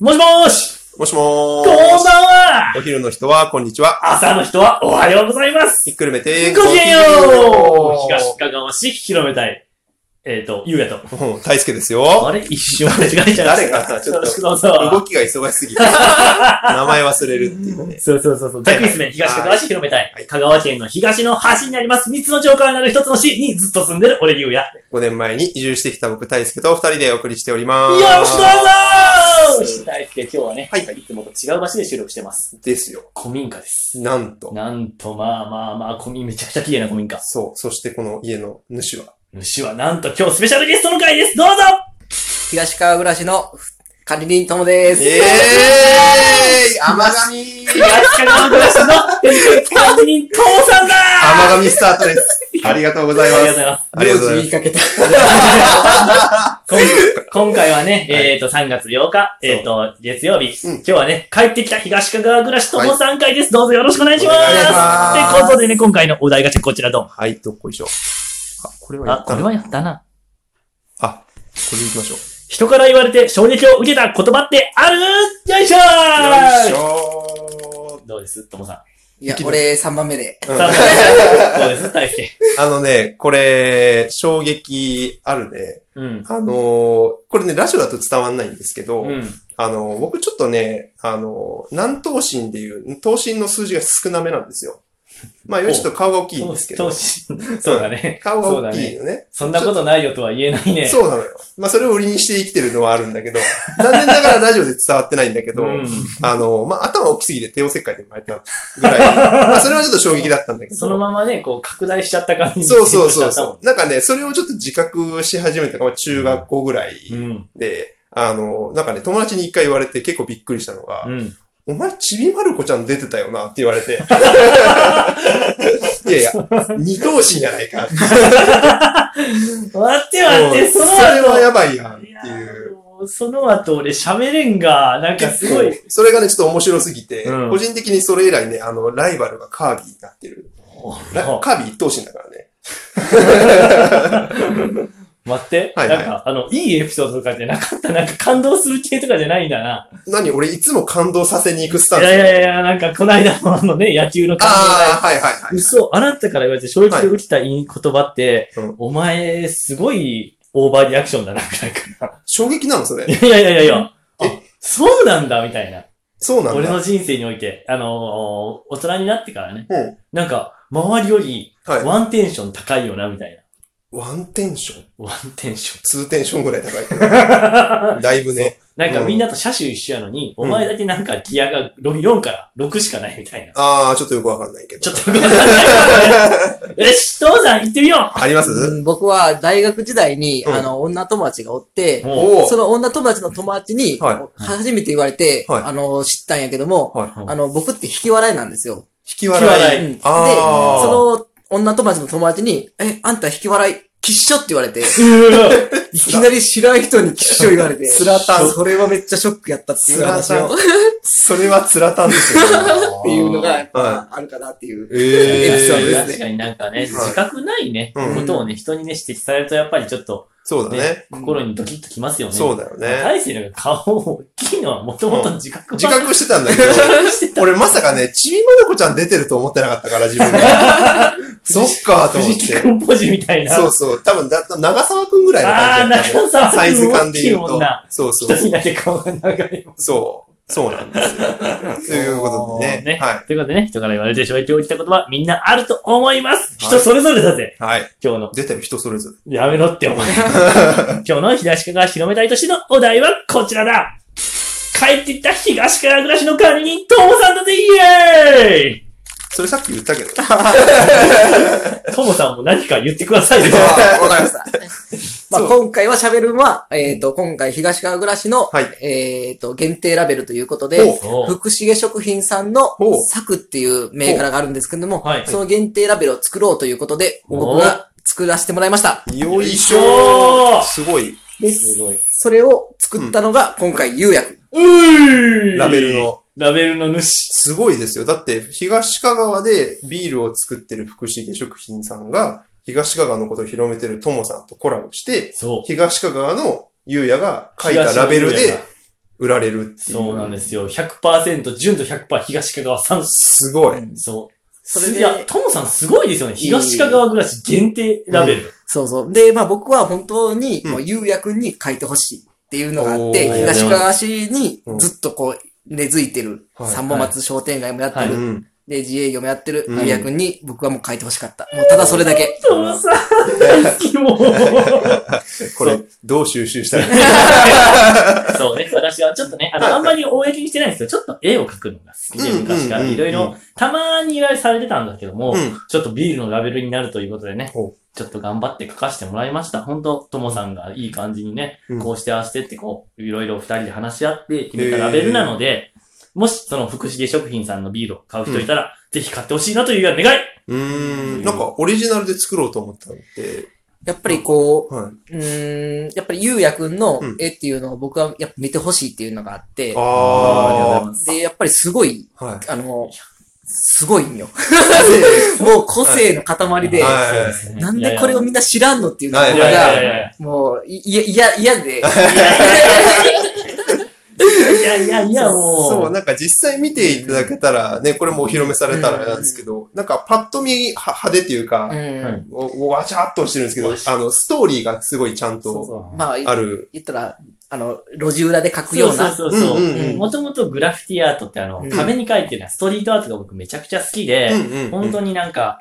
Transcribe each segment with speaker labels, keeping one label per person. Speaker 1: もしもーし
Speaker 2: もしもー
Speaker 1: こんばんは
Speaker 2: お昼の人は、こんにちは。
Speaker 1: 朝の人はおはようございます
Speaker 2: ひっくるめて、
Speaker 1: ごきげんよう
Speaker 2: ごきげん
Speaker 1: 東かがわ市広めたい。えっ、ー、と、ゆうやと。
Speaker 2: よううん大輔ですよ。
Speaker 1: あれ一瞬間違えちゃいました。
Speaker 2: 誰がちょっと
Speaker 1: よろしくどうぞ。
Speaker 2: 動きが忙しす ぎて、名前忘れるっていうね。
Speaker 1: そうそうそうそう。ざっくりですね。東かがわ市広めたい。香川県の東の端にあります、三つの町からなる一つの市にずっと住んでる俺ゆうや。よ
Speaker 2: 5年前に移住してきた僕、大輔と2人でお送りしておりま
Speaker 1: ろし
Speaker 2: す。
Speaker 1: くどうぞー大輔、今日はね、
Speaker 2: はい
Speaker 1: いつもと違う場所で収録してます。
Speaker 2: ですよ。
Speaker 1: 古民家です。
Speaker 2: なんと。
Speaker 1: なんと、まあまあまあ、古民、めちゃくちゃ綺麗な古民家。
Speaker 2: そう。そしてこの家の主は、
Speaker 1: 主はなんと今日スペシャルゲストの回ですどうぞ
Speaker 3: 東川暮らしの管理人ともで
Speaker 2: え
Speaker 3: す。
Speaker 2: えー甘神
Speaker 1: 東かがわ暮らしの手作り管理人、父さんだ
Speaker 2: 甘神スタートです。 ありがとうござい
Speaker 1: ありがとうござい
Speaker 2: ます。
Speaker 1: ます。
Speaker 2: ありがとうござい
Speaker 3: 名字言いかけた。
Speaker 1: 今今回はね、
Speaker 2: はい
Speaker 1: えっ、と、3月8日、えっ、と、月曜日、
Speaker 2: うん
Speaker 1: 今日はね、帰ってきた東かがわ暮らしとも3回です。どうぞよろしくお願いします
Speaker 2: お願いします
Speaker 1: ということでね、今回のお題がこちらど
Speaker 2: ます。はい、どっこいしょ。あ、これ
Speaker 1: う
Speaker 2: は
Speaker 1: も。
Speaker 2: や
Speaker 1: あ
Speaker 2: っ、
Speaker 1: これ
Speaker 2: たなこ
Speaker 1: はやったな。
Speaker 2: れで行きましょう。
Speaker 1: 人から言われて衝撃を受けた言葉ってあるよいしょー
Speaker 2: よいしょ
Speaker 1: どうですともさ
Speaker 3: いや、俺3番目で。
Speaker 2: ー。う
Speaker 1: さ
Speaker 2: ん
Speaker 1: あどうです大輔。
Speaker 2: あのね、これ、衝撃あるね。
Speaker 1: うん。
Speaker 2: あのーこれね、ラジオだと伝わんないんですけど、
Speaker 1: うん。
Speaker 2: あのー僕ちょっとね、あのー南東進でいう、東進の数字が少なめなんですよ。まあ、よりちょっと顔が大きいんですけど、
Speaker 1: そうしそうだね。
Speaker 2: 顔が大きいよね。
Speaker 1: そんなことないよとは言えないね。
Speaker 2: そうなのよ。まあ、それを売りにして生きてるのはあるんだけど、残念ながらラジオで伝わってないんだけど、
Speaker 1: うん
Speaker 2: あのーまあ、頭大きすぎて帝王切開でもやったぐらい、 まあ、それはちょっと衝撃だったんだけど。
Speaker 1: そのままね、こう拡大しちゃった感じに
Speaker 2: そうそうそう
Speaker 1: しちゃったも
Speaker 2: そう。なんかね、それをちょっと自覚し始めたのが中学校ぐらい
Speaker 1: んうん。
Speaker 2: で、あの、なんかね、友達に一回言われて結構びっくりしたのが、
Speaker 1: うん。
Speaker 2: お前、ちびまる子ちゃん出てたよなって言わ れて。いやいや、二等身じゃない
Speaker 1: 待
Speaker 2: か。
Speaker 1: って 待って、
Speaker 2: そ
Speaker 1: その後。
Speaker 2: れはやばいやんって
Speaker 1: い
Speaker 2: い
Speaker 1: や
Speaker 2: う。
Speaker 1: もうその後俺喋れんが、なんかすごい。
Speaker 2: それがね、ちょっと面白すぎて、
Speaker 1: うん
Speaker 2: 個人的にそれ以来ね、あの、ライバルがカービィになってる。ラ
Speaker 1: あ
Speaker 2: カービィ一等身だからね。
Speaker 1: 待って、
Speaker 2: はいはい
Speaker 1: なんか、あの、いいエピソードとかじゃなかった。なんか感動する系とかじゃないんだな。
Speaker 2: 何俺、いつも感動させに行くスタン
Speaker 1: い
Speaker 2: ス。
Speaker 1: やいやいや、なんかこの間のあのね、野球の感動
Speaker 2: ああ、はいはいはい。
Speaker 1: 嘘、あなたから言われて衝撃を受けたいい言葉って、
Speaker 2: はいうん
Speaker 1: お前、すごいオーバーリアクションだな、みたいな。
Speaker 2: 衝撃なの、それ。
Speaker 1: いやいやいやいや、
Speaker 2: え
Speaker 1: あそうなんだ、みたいな。
Speaker 2: そうなんだ。
Speaker 1: 俺の人生において、あのー大人になってからね、
Speaker 2: うん
Speaker 1: なんか、周りより
Speaker 2: はい。
Speaker 1: ワンテンション高いよな、みたいな。
Speaker 2: ワンテンション
Speaker 1: ワンテンション。
Speaker 2: ツーテンションぐらい高 いけど。だいぶね。
Speaker 1: なんか
Speaker 2: うん
Speaker 1: みんなと車種一緒やのに、
Speaker 2: うん
Speaker 1: お前だけなんかギアが4から6しかないみたいな。
Speaker 2: あー、ちょっとよくわかんないけど。
Speaker 1: ちょっとごめんなさい。よし、父さん行ってみよ
Speaker 2: あります、
Speaker 3: うん僕は大学時代に、
Speaker 2: うん
Speaker 3: あの、女友達がおって
Speaker 1: う、
Speaker 2: おお
Speaker 3: その女友達の友達に、
Speaker 2: は
Speaker 3: 初めて言われて、
Speaker 2: はい
Speaker 3: あの、知ったんやけども、
Speaker 2: はい。
Speaker 1: うん
Speaker 3: あの、僕って引き笑いなんですよ。
Speaker 2: 引き
Speaker 1: 引き
Speaker 2: 笑
Speaker 1: 笑
Speaker 2: い。
Speaker 1: い
Speaker 3: うんで、そ
Speaker 2: あー
Speaker 3: の女友達の友達に、え、あんた引き笑い、きっしょって言われ て、
Speaker 1: う。うー
Speaker 3: いきなり知らん人にきっしょ言われ て、
Speaker 2: スラタン
Speaker 3: それはめっちゃショックやったっていう話を、っ
Speaker 2: それはつらたんですよ。
Speaker 3: ていうのが、やっ
Speaker 2: は
Speaker 3: ぱあるかなっていう。
Speaker 2: え
Speaker 3: エピソードですね
Speaker 1: 確かになんかね、
Speaker 2: い
Speaker 1: 自覚ないね、
Speaker 2: うん
Speaker 1: ことをね、人にね、指摘されるとやっぱりちょっと、
Speaker 2: そうだね。
Speaker 1: 心にドキッときますよね。
Speaker 2: そうだよね。
Speaker 1: 大勢の顔大きいのはもともと自覚
Speaker 2: 自
Speaker 1: は
Speaker 2: 覚してたんだけど、俺まさかね、ちびまる子ちゃん出てると思ってなかったから、自分が。 そっかーと思
Speaker 1: 藤
Speaker 2: っ
Speaker 1: 木く
Speaker 2: て。
Speaker 1: んポジみたいな。
Speaker 2: そうそう。多分だ、長沢くんぐらいの感じだったね
Speaker 1: あー長澤くん
Speaker 2: サイズ感で言う
Speaker 1: 大きいもん
Speaker 2: と
Speaker 1: な。
Speaker 2: そうそう
Speaker 1: 一。人だけ顔が長い。
Speaker 2: そう。そうなん ですよ。ということでね。
Speaker 1: ね
Speaker 2: はい。
Speaker 1: ということでね、人から言われて衝撃を受けた言葉、みんなあると思います。
Speaker 2: はい
Speaker 1: 人それぞれだぜ。
Speaker 2: はい。
Speaker 1: 今日の、
Speaker 2: 出たよ、人それぞ
Speaker 1: やめろって お前。今日の東川が広めたい年のお題はこちらだ。帰ってきた東川暮らしの管理人、ともさんだぜ、イエーイ
Speaker 2: れ。それさっき言ったけど。
Speaker 1: ともさんも何か言ってください よ。
Speaker 3: あ わかりました。まあ、
Speaker 2: そう
Speaker 3: 今回は喋るのは、えっ、と、今回、東川暮らしの、
Speaker 2: はい
Speaker 3: えっ、と、限定ラベルということ
Speaker 2: お
Speaker 3: で、
Speaker 1: そう
Speaker 3: 福重食品さんの
Speaker 2: お
Speaker 3: 作っていう銘柄があるんですけども、
Speaker 1: おはい
Speaker 3: その限定ラベルを作ろうということで、
Speaker 1: お
Speaker 3: 僕が作らせてもらいました。
Speaker 2: よいし
Speaker 1: よ
Speaker 2: ょ
Speaker 1: いしょ
Speaker 2: すごい。
Speaker 3: です。それを作ったのが、今回、釉薬。
Speaker 1: うーい
Speaker 2: ラベル。の。
Speaker 1: ラベルの主。
Speaker 2: すごいですよ。だって、東香川でビールを作ってる福重食品さんが、東香川のことを広めてるともさんとコラボして、
Speaker 1: そ
Speaker 2: 東香川のゆうやが書いたラベルで、売られるっていう。
Speaker 1: そうなんですよ。100%、純度100%東かがわさん。
Speaker 2: すごい。
Speaker 1: そう。
Speaker 3: それで
Speaker 1: いや、トモさんすごいですよね。東かがわ暮らし限定ラベル。
Speaker 3: そうそう。で、まあ僕は本当に、
Speaker 2: うん
Speaker 3: もう、ゆうやくんに書いてほしいっていうのがあって、
Speaker 2: おー
Speaker 3: 東川市に
Speaker 2: うん
Speaker 3: ずっとこう、根付いてる、
Speaker 2: はい
Speaker 3: 三本松商店街もやってる、
Speaker 1: は
Speaker 2: うん。
Speaker 3: で、自営業もやってる、
Speaker 2: うん
Speaker 3: ゆうやくんに僕はもう書いてほしかった。もうただそれだけ。
Speaker 1: トモさん、大好きもう。
Speaker 2: これ
Speaker 1: そ、
Speaker 2: どう収集したらいい
Speaker 1: そうね。私はちょっとね、あの、あんまり公にしてないんですけど、ちょっと絵を描くのが好きで、
Speaker 2: うん
Speaker 1: 昔から
Speaker 2: うん
Speaker 1: いろいろ、たまに依頼されてたんだけども、
Speaker 2: うん。
Speaker 1: ちょっとビールのラベルになるということでね
Speaker 2: ほ、
Speaker 1: ちょっと頑張って書かせてもらいました。本当ともさんがいい感じにね、
Speaker 2: うん
Speaker 1: こうしてああしてってこう、いろいろ二人で話し合って決めたラベルなので、もしその福祉で食品さんのビールを買う人いたら、ぜひ買ってほしいなという願い、
Speaker 2: うーん。なんか、オリジナルで作ろうと思ったので、
Speaker 3: やっぱりこ
Speaker 2: は
Speaker 3: う、うーん、やっぱりゆうやくんの
Speaker 2: うん
Speaker 3: 絵っていうのを僕はやっぱ見てほしいっていうのがあって
Speaker 2: い。、あ
Speaker 3: で、やっぱりすごい、
Speaker 2: あ。はい。
Speaker 3: あの、すごいんよ。 もう個性の塊で、
Speaker 2: はい
Speaker 1: そうですね
Speaker 3: なんでこれをみんな知らんのっていうの
Speaker 2: は
Speaker 3: が、
Speaker 2: い
Speaker 1: いやいやいやいや
Speaker 3: もう、いいや、いや、嫌で。
Speaker 1: いやいやいや、もう。
Speaker 2: そう、なんか実際見ていただけたら、ね、これもお披露目されたらなんですけど、なんかパッと見は派手っていう
Speaker 3: う
Speaker 2: か、
Speaker 3: ん。
Speaker 2: おおわちゃっとしてるんですけど、あの、ストーリーがすごいちゃん
Speaker 1: そう
Speaker 2: と
Speaker 1: そう
Speaker 3: まあ、い
Speaker 2: ある。
Speaker 3: 言ったら、あの、路地裏で書くような。
Speaker 1: そうそうそうそうう。
Speaker 2: んうんうん
Speaker 1: もともとグラフィティアートってあの、
Speaker 3: うん
Speaker 1: 壁に書いてるのはストリートアートが僕めちゃくちゃ好きで、
Speaker 2: うんうんうん
Speaker 1: 本当になんか、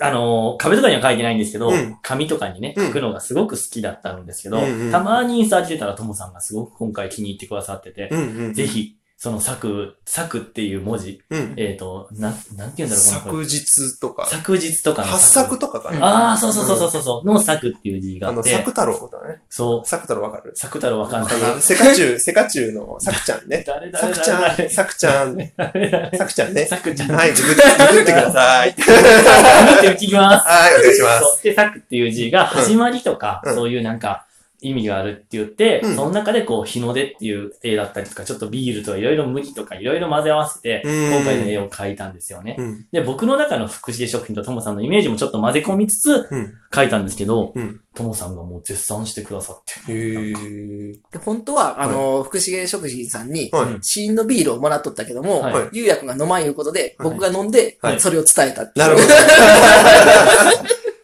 Speaker 1: あのー壁とかには書いてないんですけど、
Speaker 2: うん
Speaker 1: 紙とかにね、
Speaker 2: うん
Speaker 1: 書くのがすごく好きだったんですけど、
Speaker 2: うんうん
Speaker 1: たまにインスタ出てたらともさんがすごく今回気に入ってくださってて、
Speaker 2: うんうん。
Speaker 1: ぜひ、その作、作っていう文字、
Speaker 2: うん。
Speaker 1: えっ、と、なん、なんて言うんだろう、この
Speaker 2: 昨日とか
Speaker 1: 作、作日とかの
Speaker 2: 発作とかかな。
Speaker 1: ああ、そうそうそうそうそう、うの作っていう字が
Speaker 2: あ
Speaker 1: あ
Speaker 2: の、
Speaker 1: っ
Speaker 2: 作
Speaker 1: て、
Speaker 2: 太郎だね。
Speaker 1: そう、
Speaker 2: 作太郎わかる
Speaker 1: 作太郎わかんない。
Speaker 2: セカチュウ、セカチュウの作ちゃんね。
Speaker 1: 誰 誰
Speaker 2: 作ちゃん、
Speaker 1: 誰
Speaker 2: 作ちゃん、
Speaker 1: 誰誰
Speaker 2: 作ちゃんね。
Speaker 1: サクちゃん。
Speaker 2: はい、ググってググってくだ さい。
Speaker 1: サクって聞きます。
Speaker 2: はい、お願いします。
Speaker 1: そうで、サクっていう字が、始まりとか、
Speaker 2: うん
Speaker 1: そういうなんか、意味があるって言って、
Speaker 2: うん
Speaker 1: その中でこう、日の出っていう絵だったりとか、ちょっとビールとかいろいろ麦とかいろいろ混ぜ合わせて、
Speaker 2: うん
Speaker 1: 今回の絵を描いたんですよね。
Speaker 2: うん。
Speaker 1: で、僕の中の福祉食品とともさんのイメージもちょっと混ぜ込みつつ
Speaker 2: うん、
Speaker 1: 描いたんですけど
Speaker 2: うん、
Speaker 1: ともさんがもう絶賛してくださって。
Speaker 2: へー
Speaker 3: で本当は、あの、福重食品さんに、
Speaker 2: はい。、
Speaker 3: 試飲のビールをもらっとったけども
Speaker 1: はい
Speaker 3: ゆうやくんが飲まんいうことで、
Speaker 2: はい
Speaker 3: 僕が飲んで
Speaker 2: は、い
Speaker 3: それを伝えたっていう
Speaker 2: な るほど。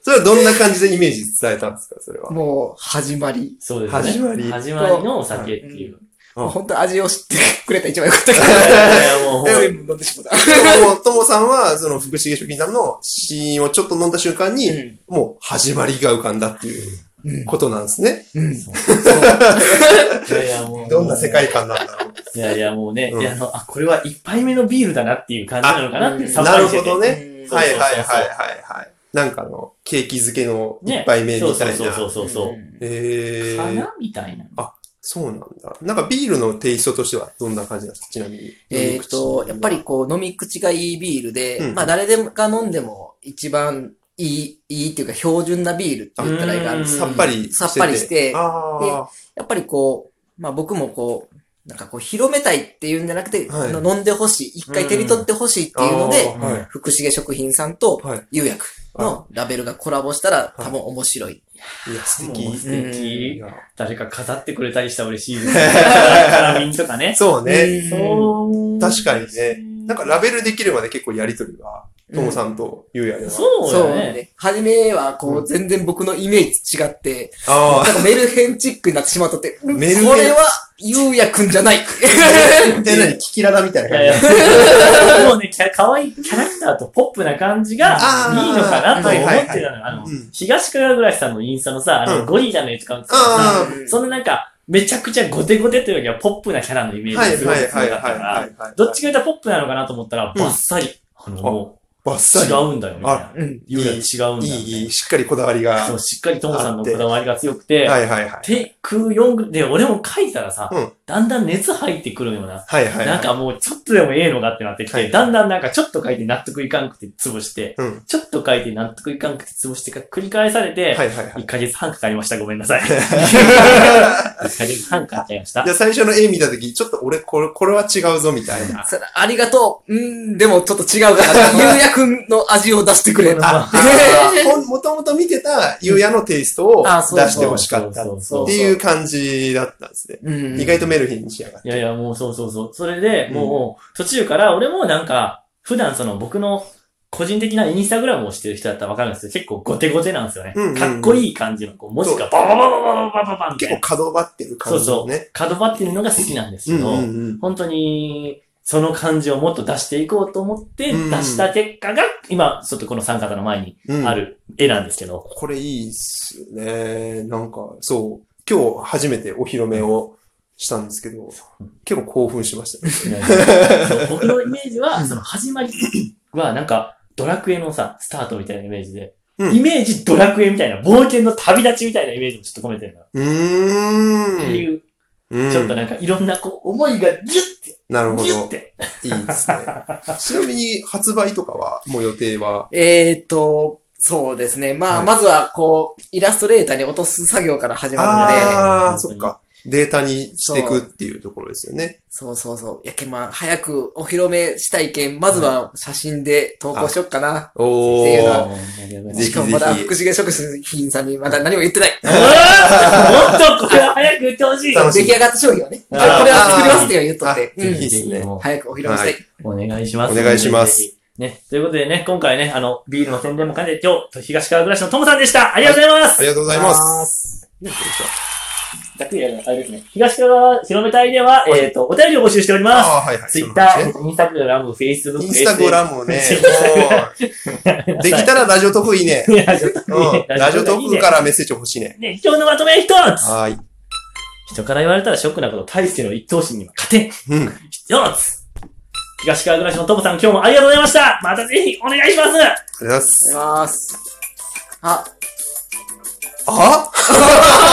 Speaker 2: それはどんな感じでイメージ伝えたんですかそれは。
Speaker 3: もう、始まり。
Speaker 1: そうですね。
Speaker 2: 始まり
Speaker 1: 始まりのお酒っていう。
Speaker 2: あ
Speaker 3: もう本当味を知ってくれたら一番よかったか
Speaker 1: いやいやもう
Speaker 3: ら、
Speaker 1: ほん
Speaker 3: 全部飲んでしまった。
Speaker 2: もうともさんは、その福重食品さんのシーンをちょっと飲んだ瞬間に、
Speaker 3: うん
Speaker 2: もう始まりが浮かんだっていう
Speaker 3: うん
Speaker 2: ことなんですね。
Speaker 3: うん。
Speaker 1: いやいやもう
Speaker 2: どんな世界観なんだろう。
Speaker 1: いやいや、もうね、
Speaker 2: うん
Speaker 1: いやあの、あ、これは一杯目のビールだなっていう感じなのかなっ
Speaker 3: あ
Speaker 1: て、
Speaker 3: うん
Speaker 1: さっぱりしてて
Speaker 2: なるほどね
Speaker 3: うん
Speaker 1: そう
Speaker 2: はいはいはいはいはい。なんかあの、ケーキ漬けの一杯目み
Speaker 1: そう
Speaker 2: た
Speaker 1: そうそ
Speaker 2: い
Speaker 1: うそ
Speaker 2: な。
Speaker 1: うそうそう。
Speaker 2: えー、
Speaker 1: 花みたいな。
Speaker 2: そうなんだ。なんかビールのテイストとしてはどんな感じなんですかちなみに。
Speaker 3: えっと、やっぱりこう、飲み口がいいビール
Speaker 2: う
Speaker 3: で、
Speaker 2: ん
Speaker 3: まあ誰でもが飲んでも一番いい、いいっていうか標準なビールって言ったらいいか
Speaker 1: うんん
Speaker 3: で
Speaker 2: さっぱり
Speaker 3: さっぱりして
Speaker 2: ああ。
Speaker 3: やっぱりこう、まあ僕もこう、なんかこう広めたいっていうんじゃなくて、
Speaker 2: はい
Speaker 3: あの飲んでほしい、一回手に取ってほしいっていうの
Speaker 2: あ
Speaker 3: で
Speaker 2: ー、はい
Speaker 3: 福重食品さんと
Speaker 2: はい。
Speaker 3: 釉薬のラベルがコラボしたら多分面白い。
Speaker 2: いや、素
Speaker 1: もう
Speaker 2: 敵。
Speaker 1: 素
Speaker 2: い
Speaker 1: 敵。
Speaker 2: や
Speaker 1: 誰か飾ってくれたりしたら嬉しいです ね。カラミンとかね。
Speaker 2: そうね。
Speaker 3: う
Speaker 1: そ
Speaker 3: ん
Speaker 1: う。
Speaker 2: 確かにね。なんかラベルできるまで結構やりとりが、ともさんとゆうやでは。
Speaker 1: そう
Speaker 3: そう
Speaker 1: よね。
Speaker 3: ね。初めは
Speaker 2: う
Speaker 3: こ
Speaker 2: ん
Speaker 3: う全然僕のイメージ違って、
Speaker 2: あ
Speaker 3: なんかメルヘンチックになってしまっ とって、こ
Speaker 2: メ
Speaker 3: れ
Speaker 2: ルヘン
Speaker 3: は釉薬じゃない。
Speaker 2: あ。で、何キキララみたい
Speaker 1: いやい
Speaker 2: な感
Speaker 1: や、もうね、キャ可愛いキャラクターとポップな感じが
Speaker 2: あー
Speaker 1: いいのかなと思ってたのよ。あの
Speaker 2: じ。う、ん。
Speaker 1: 東川暮らしさんのインスタのさ、あ
Speaker 2: うん
Speaker 1: の、ゴリラの絵とかも使ってさ、
Speaker 2: あ
Speaker 1: そのなんか、めちゃくちゃゴテゴテというよりはポップなキャラのイメー
Speaker 2: あ。
Speaker 1: ジが
Speaker 2: はい
Speaker 1: すご
Speaker 2: はい
Speaker 1: 強かっ
Speaker 2: いはい
Speaker 1: た
Speaker 2: は
Speaker 1: から、
Speaker 2: いはいはい。
Speaker 1: どっちか言ったらポップなのかなと思ったら、
Speaker 2: うん
Speaker 1: バッサリ。あの、も
Speaker 2: ばっ
Speaker 1: う
Speaker 2: さ
Speaker 1: 違
Speaker 2: り。
Speaker 1: うんだよ、みたいな。
Speaker 3: うん
Speaker 1: いや違うんだ
Speaker 2: い
Speaker 1: よ
Speaker 2: い、い
Speaker 1: ね
Speaker 2: い、しっかりこだわりが。
Speaker 1: そ
Speaker 2: は
Speaker 1: う、しっかりトモさん
Speaker 2: あっ
Speaker 1: の
Speaker 2: て
Speaker 1: こだわりが強く
Speaker 2: い
Speaker 1: て、
Speaker 2: はいはい。
Speaker 1: テイク4ぐで、俺も書いたらさ、
Speaker 2: うん
Speaker 1: だんだん熱入ってくるような、
Speaker 2: はいはいはい。
Speaker 1: なんかもうちょっとでもええのかってなってきて、
Speaker 2: はい
Speaker 1: だんだんなんかちょっと書いて納得いかんくて潰して、
Speaker 2: うん
Speaker 1: ちょっと書いて納得いかんくて潰してが繰り返されて、
Speaker 2: はいはいはい。
Speaker 1: 1ヶ月半かかりました。ごめんな さい。1ヶ月半かかっちゃいました
Speaker 2: じ。ゃ最初の絵見たとき、ちょっと俺、これ、これは違うぞ、みたいな。
Speaker 3: それありがとう。うん、でもちょっと違うから、釉薬君の味を出してくれ。
Speaker 1: あ
Speaker 2: あ、もともと見てたゆうやのテイストを出
Speaker 3: あそうそう
Speaker 2: してほしかった
Speaker 1: そうそうそう
Speaker 2: っていう感じだったんですね。
Speaker 3: うん。
Speaker 2: 意外とメルヒンに仕上がって。
Speaker 1: いやいや、もうそうそうそう。それで、もう、途中から俺もなんか、普段その僕の個人的なインスタグラムをしてる人だったらわかるんですけど、結構ゴテゴテなんですよね。
Speaker 2: うんうんうん
Speaker 1: かっこいい感じの、こう文字がバババババババババみたい
Speaker 2: 結
Speaker 1: な
Speaker 2: 構。角張ってる感じのね。
Speaker 1: 角張ってるのが好きなんです
Speaker 2: う
Speaker 1: け
Speaker 2: ん
Speaker 1: ど、
Speaker 2: うんうん。
Speaker 1: 本当に、その感じをもっと出していこうと思って、出
Speaker 2: うん
Speaker 1: した結果が、今、ちょっとこの三方の前に
Speaker 2: うん
Speaker 1: ある絵なんですけど、
Speaker 2: これいいっすよね。なんか、そう。今日初めてお披露目をしたんですけど、結構興奮しましたね。
Speaker 1: そう僕のイメージは、
Speaker 3: うん
Speaker 1: その始まりは、なんか、ドラクエのさ、スタートみたいなイメージで、
Speaker 2: うん
Speaker 1: イメージドラクエみたいな、冒険の旅立ちみたいなイメージもちょっと込めてるな。っ
Speaker 2: う
Speaker 1: て
Speaker 2: ーん。
Speaker 1: いう、
Speaker 2: うん
Speaker 1: ちょっとなんかいろんなこう、思いがギュッて、
Speaker 2: なるほど。
Speaker 1: ギュッ
Speaker 2: い
Speaker 1: て。
Speaker 2: いですね。ちなみに発売とかは、もう予定は。
Speaker 3: えーっと、そうですね。まあ、
Speaker 2: はい
Speaker 3: まずは、こう、イラストレーターに落とす作業から始まるので、
Speaker 2: ああ、
Speaker 1: 本当
Speaker 2: そ
Speaker 1: に
Speaker 2: っか。データにしていくっていうところですよね。
Speaker 3: そうそうそう。いや、けんまあ、早くお披露目したいけん、まずは写真で投稿しよっかな。
Speaker 2: お
Speaker 3: っていうのは
Speaker 2: ー。
Speaker 1: もう
Speaker 2: ぜひ
Speaker 3: しかもまだ福重食品さんにまだ何も言ってない。
Speaker 1: っとこれは早く言ってほしい。
Speaker 2: 楽し
Speaker 3: 出
Speaker 2: み
Speaker 3: 来上がった商品をね。こ
Speaker 1: あ
Speaker 3: れ
Speaker 1: ー
Speaker 3: は作りますって言うとっ
Speaker 2: あ
Speaker 3: て。
Speaker 2: いい
Speaker 3: うん
Speaker 2: ですね。
Speaker 1: もう
Speaker 3: 早くお披露目したい。
Speaker 1: お願いします。
Speaker 2: お願いします
Speaker 1: ぜひぜひ。ね、ということでね、今回ね、あの、ビールの宣伝も兼ねて、今日、東川暮らしのともさんでした。ありがとうございます。
Speaker 2: ありがとうございます。
Speaker 3: す。
Speaker 1: ざっくりやるのあれですね。東川広め隊では、えっと、お便りを募集しております。
Speaker 2: ああー、はいはい。
Speaker 1: ツイッ
Speaker 2: そうなん
Speaker 1: タ
Speaker 2: ですね
Speaker 1: ー、インスタグラム、フェイスブック、
Speaker 2: インスタグラムね、もう、でき
Speaker 1: ら、
Speaker 2: たらラジオトークいい ね。
Speaker 1: いや、ちょっと
Speaker 2: う
Speaker 1: ね
Speaker 2: ん、ラジオトークからメッセージ欲しいね。
Speaker 1: ね、今日のまとめ一つ
Speaker 2: はーい。
Speaker 1: 人から言われたらショックなこと、大しての一等身には勝てん
Speaker 2: うん。
Speaker 1: 一つ東川暮らしのともさん、今日もありがとうございましたまたぜひお願いします
Speaker 2: ありがとうございます。
Speaker 3: ありがとうございます。あ、
Speaker 2: あ